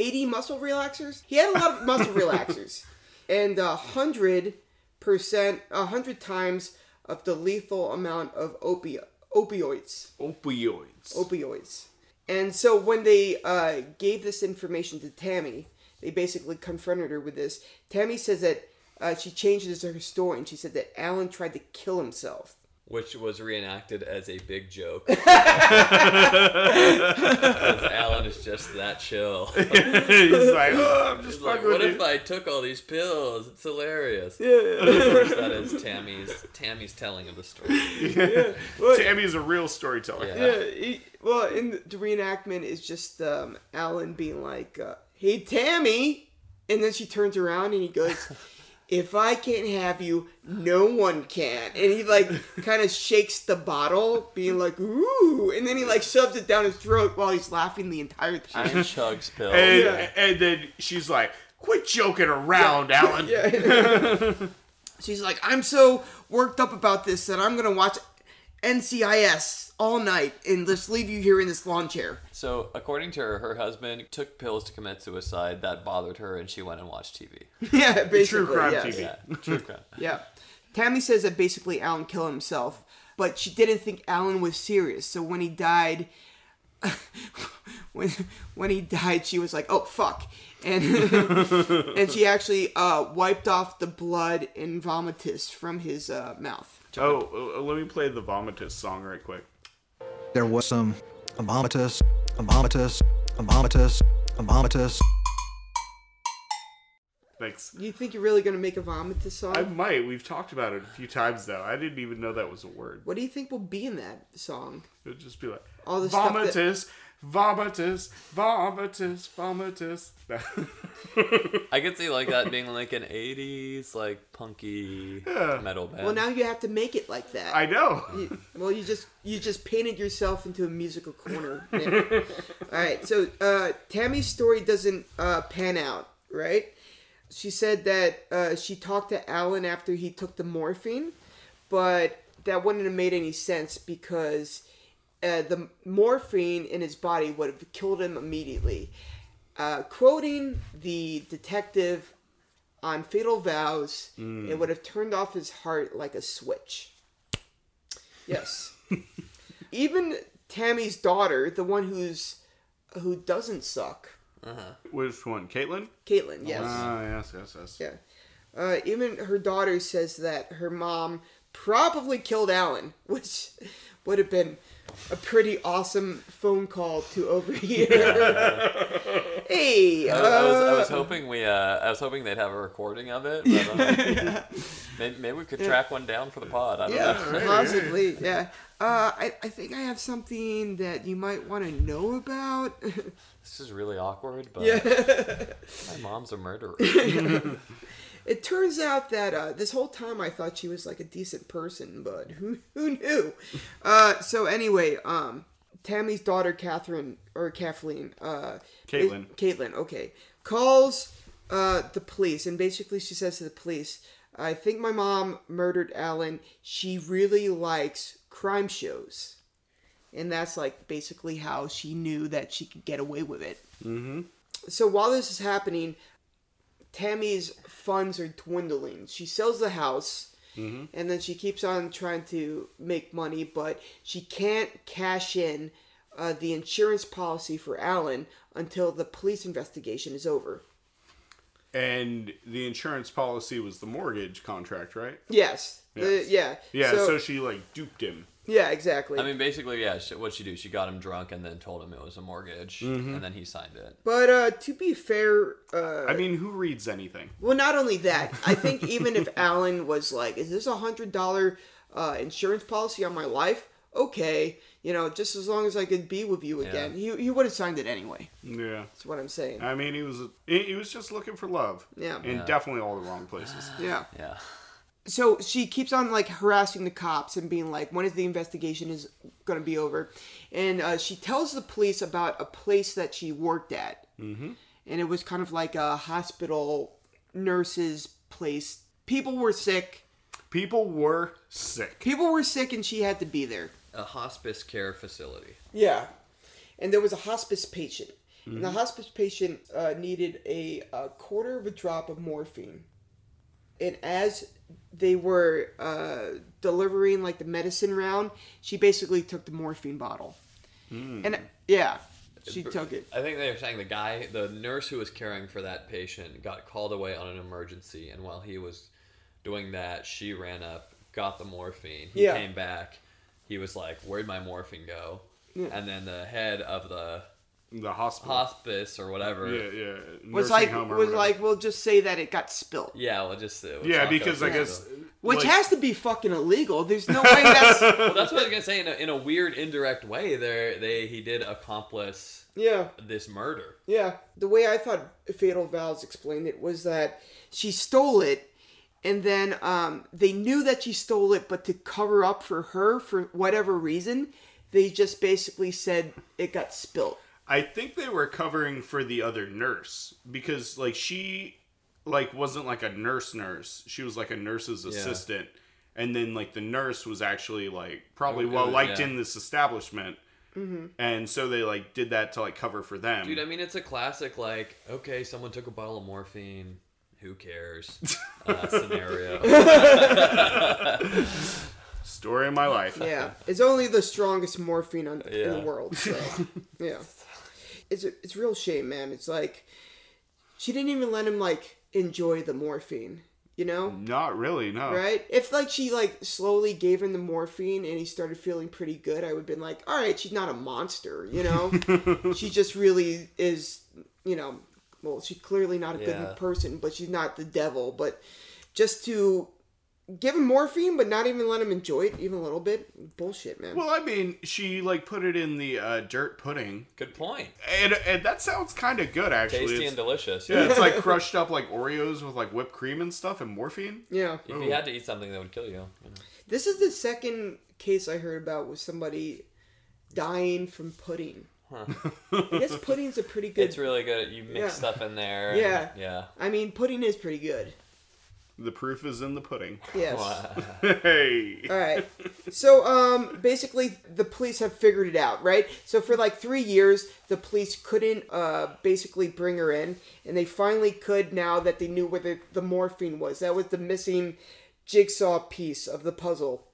80 muscle relaxers? He had a lot of muscle relaxers. And uh, 100%, 100 times of the lethal amount of opi- opioids Opioids. opioids. And so when they uh, gave this information to Tammy, they basically confronted her with this. Tammy says that uh, she changed it as her story, and she said that Alan tried to kill himself. which was reenacted as a big joke. Because Alan is just that chill. He's like, "Oh, I'm just fucking what with if you." I took all these pills? It's hilarious. Yeah. Of course, that is Tammy's Tammy's telling of the story. Tammy's a real storyteller. Yeah, he, well, in the, the reenactment is just um, Alan being like, uh, "Hey, Tammy," and then she turns around and he goes, "If I can't have you, no one can." And he like kind of shakes the bottle, being like, "Ooh," and then he like shoves it down his throat while he's laughing the entire She time. chugs pills. And, Oh, and then she's like, quit joking around, Alan. She's like, "I'm so worked up about this that I'm gonna watch NCIS all night and just leave you here in this lawn chair." So, according to her, her husband took pills to commit suicide. That bothered her, and she went and watched TV. yeah, basically. True crime yes. TV. Yeah, true crime. Yeah. Tammy says that basically Alan killed himself, but she didn't think Alan was serious. So when he died, when when he died, she was like, "Oh fuck," and and she actually uh, wiped off the blood and vomitus from his uh, mouth. Oh, uh, let me play the Vomitus song right quick. There was some abomitus, abomitus, abomitus, abomitus. Thanks. You think you're really gonna make a vomitus song? I might. We've talked about it a few times now. I didn't even know that was a word. What do you think will be in that song? It would just be like All the stuff that- vomitus, vomitus, vomitus, vomitus. I could see like that being like an '80s like punky metal band. Well, now you have to make it like that. Um, I know. Well, you just you just painted yourself into a musical corner. Nick. All right, so uh, Tammy's story doesn't uh, pan out, right? She said that uh, she talked to Alan after he took the morphine, but that wouldn't have made any sense because uh, the morphine in his body would have killed him immediately. Uh, quoting the detective on Fatal Vows, it would have turned off his heart like a switch. Yes. Even Tammy's daughter, the one who's who doesn't suck, Which one, Caitlin? Caitlin. Yes. Ah, yes, yes, yes. Yeah. Uh, even her daughter says that her mom probably killed Alan, which would have been a pretty awesome phone call to overhear. hey. I Uh, was, I was, I was hoping we, uh, I was hoping they'd have a recording of it. But I don't know. maybe, maybe we could track one down for the pod. I don't yeah, know. possibly. Yeah. Uh, I, I think I have something that you might want to know about. This is really awkward, but my mom's a murderer. It turns out that uh, this whole time I thought she was like a decent person, but who who knew? Uh, so anyway, um, Tammy's daughter Catherine or Kathleen, uh, Caitlin. is- Caitlin, okay, calls uh, the police and basically she says to the police, "I think my mom murdered Alan. She really likes crime shows." And that's like basically how she knew that she could get away with it. Mm-hmm. So while this is happening, Tammy's funds are dwindling. She sells the house, Mm-hmm. and then she keeps on trying to make money, but she can't cash in uh, the insurance policy for Alan until the police investigation is over. And the insurance policy was the mortgage contract, right? Yes. The- Yes. yeah. Yeah, So, so, she like duped him. yeah. Exactly. I mean, basically, yeah. She, what she do? She got him drunk and then told him it was a mortgage, and then he signed it. but uh, to be fair, uh, I mean, who reads anything? Well, not only that, I think even if Alan was like, "Is this a hundred dollar uh, insurance policy on my life?" Okay, you know, just as long as I could be with you again, he he would have signed it anyway. Yeah. That's what I'm saying. I mean, he was he, he was just looking for love. Yeah. In definitely all the wrong places. yeah. Yeah. So she keeps on like harassing the cops and being like, "When is the investigation is going to be over?" And uh, she tells the police about a place that she worked at, mm-hmm. and it was kind of like a hospital nurses place. People were sick. People were sick. People were sick, and she had to be there. A hospice care facility. Yeah. And there was a hospice patient. And the hospice patient uh, needed a, a quarter of a drop of morphine. And as they were uh, delivering like the medicine round, she basically took the morphine bottle. And yeah, She took it. I think they were saying the guy, the nurse who was caring for that patient, got called away on an emergency, and while he was doing that, she ran up, got the morphine. He Yeah. came back. He was like, "Where'd my morphine go?" Yeah. And then the head of the the hospital hospice or whatever. Yeah, yeah. Was nursing like home or was whatever. like we'll just say that it got spilt. Yeah, well, just it was yeah, not because I going guess well. Which like- has to be fucking illegal. There's no way that's well, that's what I was gonna say. In a, in a weird, indirect way, there they he did accomplice Yeah. this murder. Yeah, the way I thought Fatal Vows explained it was that she stole it, and then um, they knew that she stole it, but to cover up for her for whatever reason, they just basically said it got spilt. I think they were covering for the other nurse because like she like wasn't like a nurse nurse. She was like a nurse's assistant. And then like the nurse was actually like probably It- it well was- liked yeah. in this establishment. Mm-hmm. And so they like did that to like cover for them. Dude, I mean, it's a classic. Like, okay, someone took a bottle of morphine. Who cares? Uh, scenario. Story of my life. Yeah, it's only the strongest morphine on, in the Yeah. world. So, yeah, it's a, it's a real shame, man. It's like she didn't even let him like enjoy the morphine. You know, Not really, no. right? If like she like slowly gave him the morphine and he started feeling pretty good, I would have been like, all right, she's not a monster, you know. she just really is, you know. Well, she's clearly not a Yeah. good person, but she's not the devil. But just to give him morphine, but not even let him enjoy it even a little bit, bullshit, man. Well, I mean, she like put it in the uh, dirt pudding, Good point. and, and that sounds kind of good actually. Tasty It's- and delicious. Yeah, it's like crushed up like Oreos with like whipped cream and stuff and morphine. yeah, If you had to eat something that would kill you, you know. this is the second case I heard about with somebody dying from pudding. I guess pudding's a pretty good. it's really good. You mix Yeah. stuff in there. and- Yeah. yeah. I mean, pudding is pretty good. The proof is in the pudding. Yes. hey. All right. So, um, basically, the police have figured it out, right? So, for like three years, the police couldn't uh, basically bring her in, and they finally could now that they knew where the, the morphine was. That was the missing jigsaw piece of the puzzle.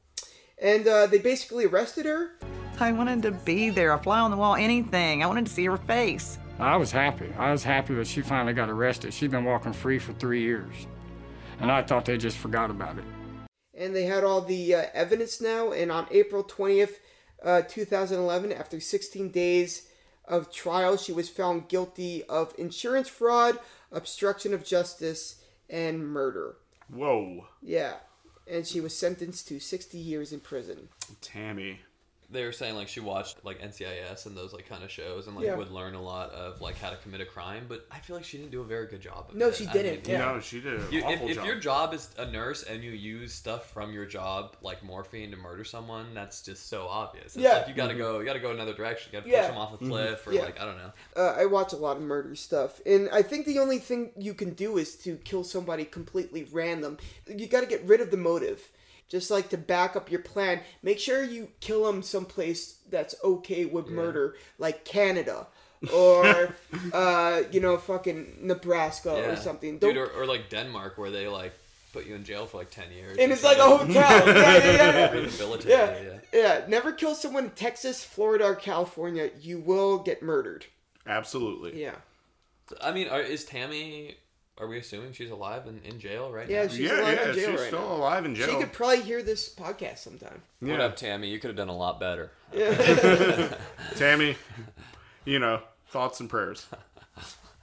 And uh, they basically arrested her. I wanted to be there, a fly on the wall, anything. I wanted to see her face. I was happy. I was happy that she finally got arrested. She'd been walking free for three years. And I thought they just forgot about it. and they had all the uh, evidence now. And on April 20th, uh, 2011, after 16 days of trial, she was found guilty of insurance fraud, obstruction of justice, and murder. Whoa. Yeah. And she was sentenced to 60 years in prison. Tammy. They were saying like she watched like NCIS and those like kind of shows and like Yeah. would learn a lot of like how to commit a crime, but I feel like she didn't do a very good job of No, it. she I didn't. mean, Yeah. No, she did an You, if, awful if job. your job is a nurse and you use stuff from your job like morphine to murder someone, that's just so obvious. It's Yeah. Mm-hmm. like you gotta go, you gotta go another direction. You gotta Yeah. Mm-hmm. push them off a cliff or Yeah. like I don't know. Uh, I watch a lot of murder stuff, and I think the only thing you can do is to kill somebody completely random. You got to get rid of the motive. Just like to back up your plan, make sure you kill them someplace that's okay with murder, like Canada or uh, you know fucking Nebraska Yeah. or something. Don't, Dude, or, or like Denmark where they like put you in jail for like ten years. and or it's like a hotel. something. yeah, yeah, yeah, yeah. Rehabilitate Yeah, you, yeah. yeah. Never kill someone in Texas, Florida, or California. You will get murdered. Absolutely. Yeah. I mean, are, is Tammy? Are we assuming she's alive and in jail right Yeah, now? she's yeah, alive yeah, in jail she's right still now. alive in jail. She could probably hear this podcast sometime. What up, Tammy? You could have done a lot better. Tammy, you know, thoughts and prayers.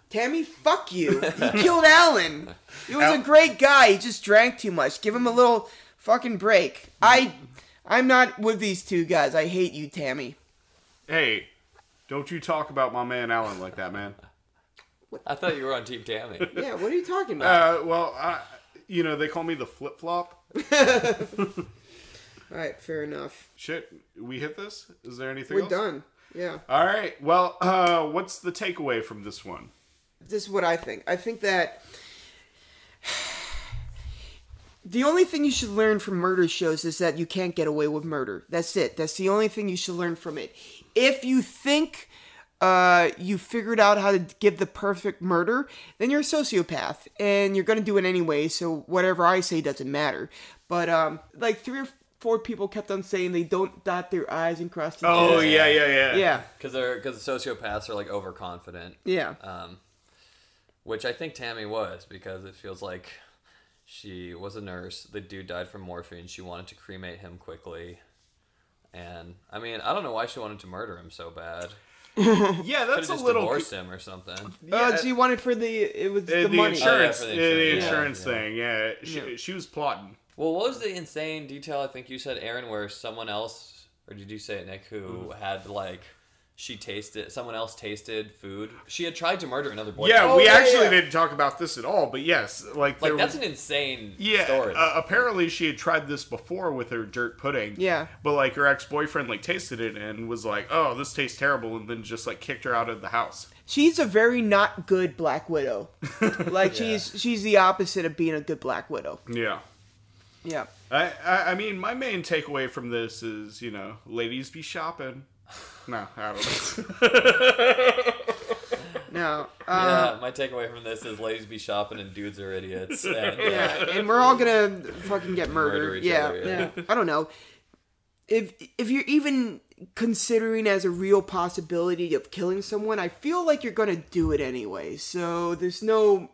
Tammy, fuck you. You killed Alan. He was Al- a great guy. He just drank too much. Give him a little fucking break. I I'm not with these two guys. I hate you, Tammy. Hey, don't you talk about my man Alan like that, man. I thought you were on Team Tammy. Yeah, what are you talking about? Uh, well, I, you know, they call me the flip flop. All right, fair enough. Shit, we hit this? Is there anything We're else? done. Yeah. All right. Well, uh, what's the takeaway from this one? this is what I think. I think that the only thing you should learn from murder shows is that you can't get away with murder. That's it. That's the only thing you should learn from it. If you think uh, you figured out how to give the perfect murder, then you're a sociopath and you're going to do it anyway. So whatever I say doesn't matter. But um, like three or four people kept on saying they don't dot their I's and cross their Oh, T's. yeah, yeah, yeah. Yeah. Because they're because the sociopaths are like overconfident. Yeah. Uh, Um, which I think Tammy was because it feels like she was a nurse. The dude died from morphine. She wanted to cremate him quickly, and I mean I don't know why she wanted to murder him so bad. yeah, Could've that's a just little. divorced him or something. Uh, she wanted for the it was Uh, the, money. insurance, Oh, uh, yeah, for the the insurance, yeah, insurance yeah. thing. Yeah, she, Yeah. she was plotting. Well, what was the insane detail I think you said, Aaron, where someone else, or did you say it, Nick, who had like, she tasted, someone else tasted food? She had tried to murder another boy. yeah, we actually didn't talk about this at all, but yes, like Like, there that's was- an insane yeah. story. uh, apparently, she had tried this before with her dirt pudding. Yeah. but like her ex boyfriend like tasted it and was like, "Oh, this tastes terrible," and then just like kicked her out of the house. She's a very not good Black Widow. Like she's she's the opposite of being a good Black Widow. Yeah. Yeah. I, I I mean, my main takeaway from this is you know, ladies be shopping. No, I don't. No. yeah, Uh, my takeaway from this is ladies be shopping and dudes are idiots. And, uh, yeah. And we're all gonna fucking get Murder murdered. each yeah, other, yeah. yeah. I don't know. If if you're even considering as a real possibility of killing someone, I feel like you're gonna do it anyway. So there's no.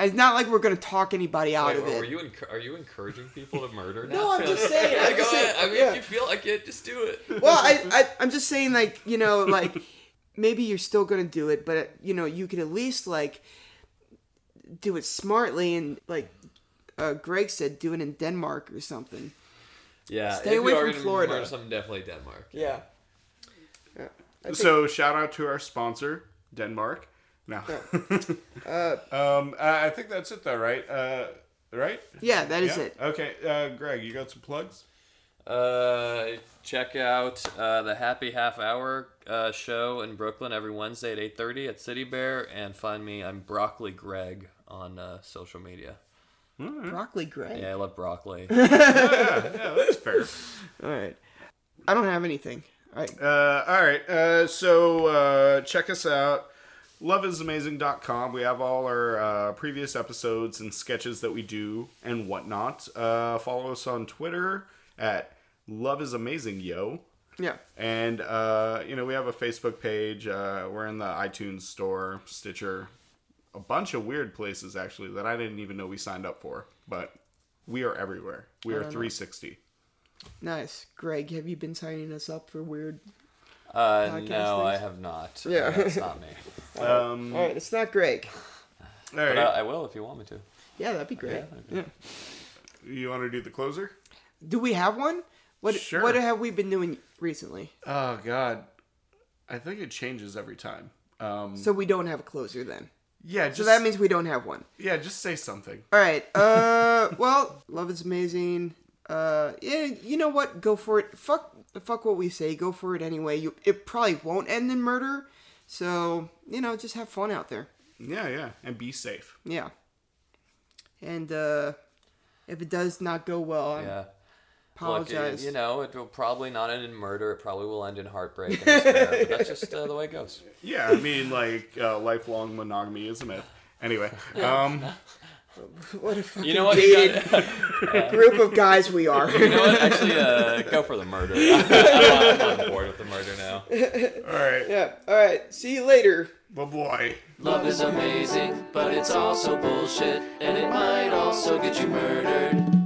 It's not like we're gonna talk anybody out Wait, of were- it. were you enc- are you encouraging people to murder now? No, I'm just saying, Yeah, I'm go just saying, ahead. I mean, yeah. if you feel like it, just do it. well, I, I I'm just saying like you know like maybe you're still gonna do it, but you know you could at least like do it smartly and like uh, Greg said, do it in Denmark or something. Yeah, Stay if you away are from gonna Florida. murder someone, definitely Denmark. Yeah. I so shout out to our sponsor, Denmark. No. Uh, um, I I think that's it though, right? Uh, right? Yeah, that is it. Okay, uh, Greg, you got some plugs? Uh, check out uh, the Happy Half Hour uh, show in Brooklyn every Wednesday at eight thirty at City Bear, and find me. I'm Broccoli Greg on uh, social media. Broccoli Greg. Yeah, I love broccoli. Uh, that's fair. All right. I don't have anything. All right. Uh, all right. Uh, so uh, check us out. Loveisamazing.com. We have all our uh, previous episodes and sketches that we do and whatnot. Uh, follow us on Twitter at Love is Amazing Yo. Yeah. And, uh, you know, we have a Facebook page. Uh, we're in the iTunes store, Stitcher, a bunch of weird places, actually, that I didn't even know we signed up for. But we are everywhere. We I are don't know. 360. Nice. Greg, have you been signing us up for weird Uh, Podcast no, I things? have not. Uh, Yeah. that's not me. All right. All right, it's not Greg. but uh, I, I will if you want me to. Yeah, that'd be great. Yeah. You want to do the closer? Do we have one? What Sure. what have we been doing recently? Oh God, I think it changes every time. Um, So we don't have a closer then. Yeah, so just- that means we don't have one. yeah, just say something. All right. Uh, well, love is amazing. Uh, yeah, you know what? Go for it. Fuck, fuck what we say. Go for it anyway. You, it probably won't end in murder. So you know, just have fun out there. Yeah, yeah, and be safe. Yeah. And uh, if it does not go well, I Yeah. Look, it- apologize. you know, it will probably not end in murder. It probably will end in heartbreak. And despair, but that's just uh, the way it goes. Yeah, I mean, like uh, lifelong monogamy is a myth. Anyway, um, what a fucking You know what? You dated got- group of guys we are. You know what? Actually, uh, go for the murder. I'm on board with the murder now. all right, yeah. All right. See you later. bye bye. Love is amazing, but it's also bullshit, and it might also get you murdered.